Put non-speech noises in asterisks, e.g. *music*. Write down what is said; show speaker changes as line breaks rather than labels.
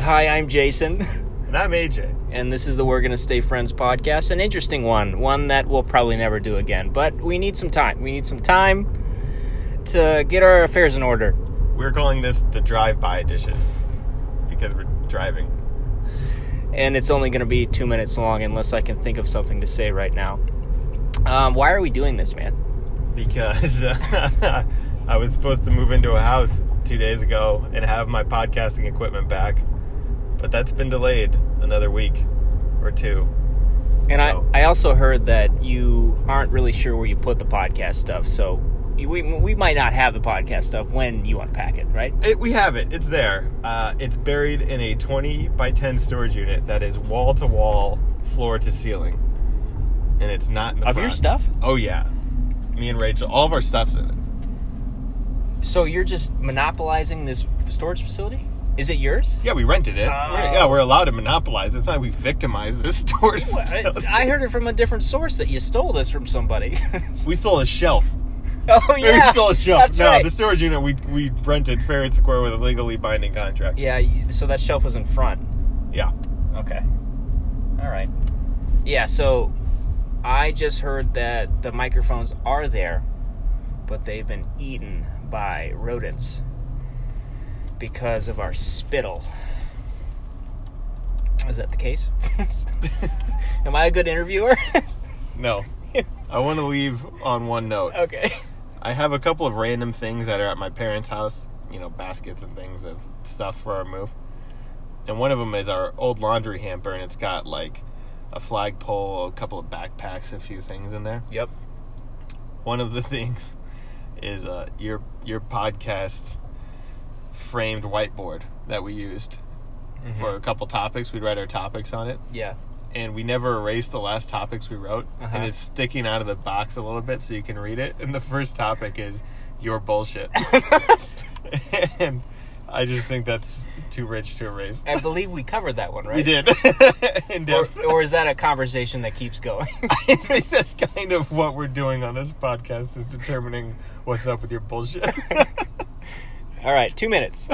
Hi, I'm Jason, *laughs*
And I'm AJ.
and this is the We're Gonna Stay Friends podcast. An interesting one, one that we'll probably never do again, but we need some time. We need some time to get our affairs in order.
We're calling this the drive-by edition because we're driving.
And it's only gonna be two minutes long unless I can think of something to say right now. Um, why are we doing this, man?
Because uh, *laughs* I was supposed to move into a house two days ago and have my podcasting equipment back, but that's been delayed another week or two.
And
So-
I, I also heard that you aren't really sure where you put the podcast stuff, so you- we, we might not have the podcast stuff when you unpack it, right?
It, we have it. It's there. Uh, it's buried in a 20 by 10 storage unit that is wall to wall, floor to ceiling, and it's not in the
Of your
front.
stuff?
Oh yeah, me and Rachel, all of our stuff's in it.
So you're just monopolizing this storage facility? Is it yours?
Yeah, we rented it.
Oh.
We're- yeah, we're allowed to monopolize. It's not we victimize *laughs* this store.
I,
*laughs*
I heard it from a different source that you stole this from somebody. *laughs*
we stole a shelf.
oh
We
yeah,
stole a shelf.
That's
no,
right.
the storage unit we we rented fair and square with a legally binding contract.
yeah, y- so that shelf was in front.
Yeah.
Okay. All right. Yeah. So I just heard that the microphones are there, but they've been eaten by rodents because of our spittle. Is that the case? *laughs* Am I a good interviewer? *laughs*
No. I want to leave on one note.
okay.
I have a couple of random things that are at my parents' house, you know, baskets and things of stuff for our move. And one of them is our old laundry hamper, and it's got like a flagpole, a couple of backpacks, a few things in there.
Yep.
one of the *laughs* things is uh, your your podcast framed whiteboard that we used
Mm-hmm.
for a couple topics. We'd write our topics on it,
Yeah. *laughs*
and we never erased the last topics we wrote.
Uh-huh.
And it's sticking out of the box a little bit, so you can read it. And the first topic is your bullshit,
*laughs*
and I just think that's too rich to erase.
I believe we covered that one, right?
We did, *laughs* in
Or,
depth.
or is that a conversation that keeps going?
*laughs*
*laughs*
I think that's kind of what we're doing on this podcast is determining *laughs* what's up with your bullshit.
All right, two minutes.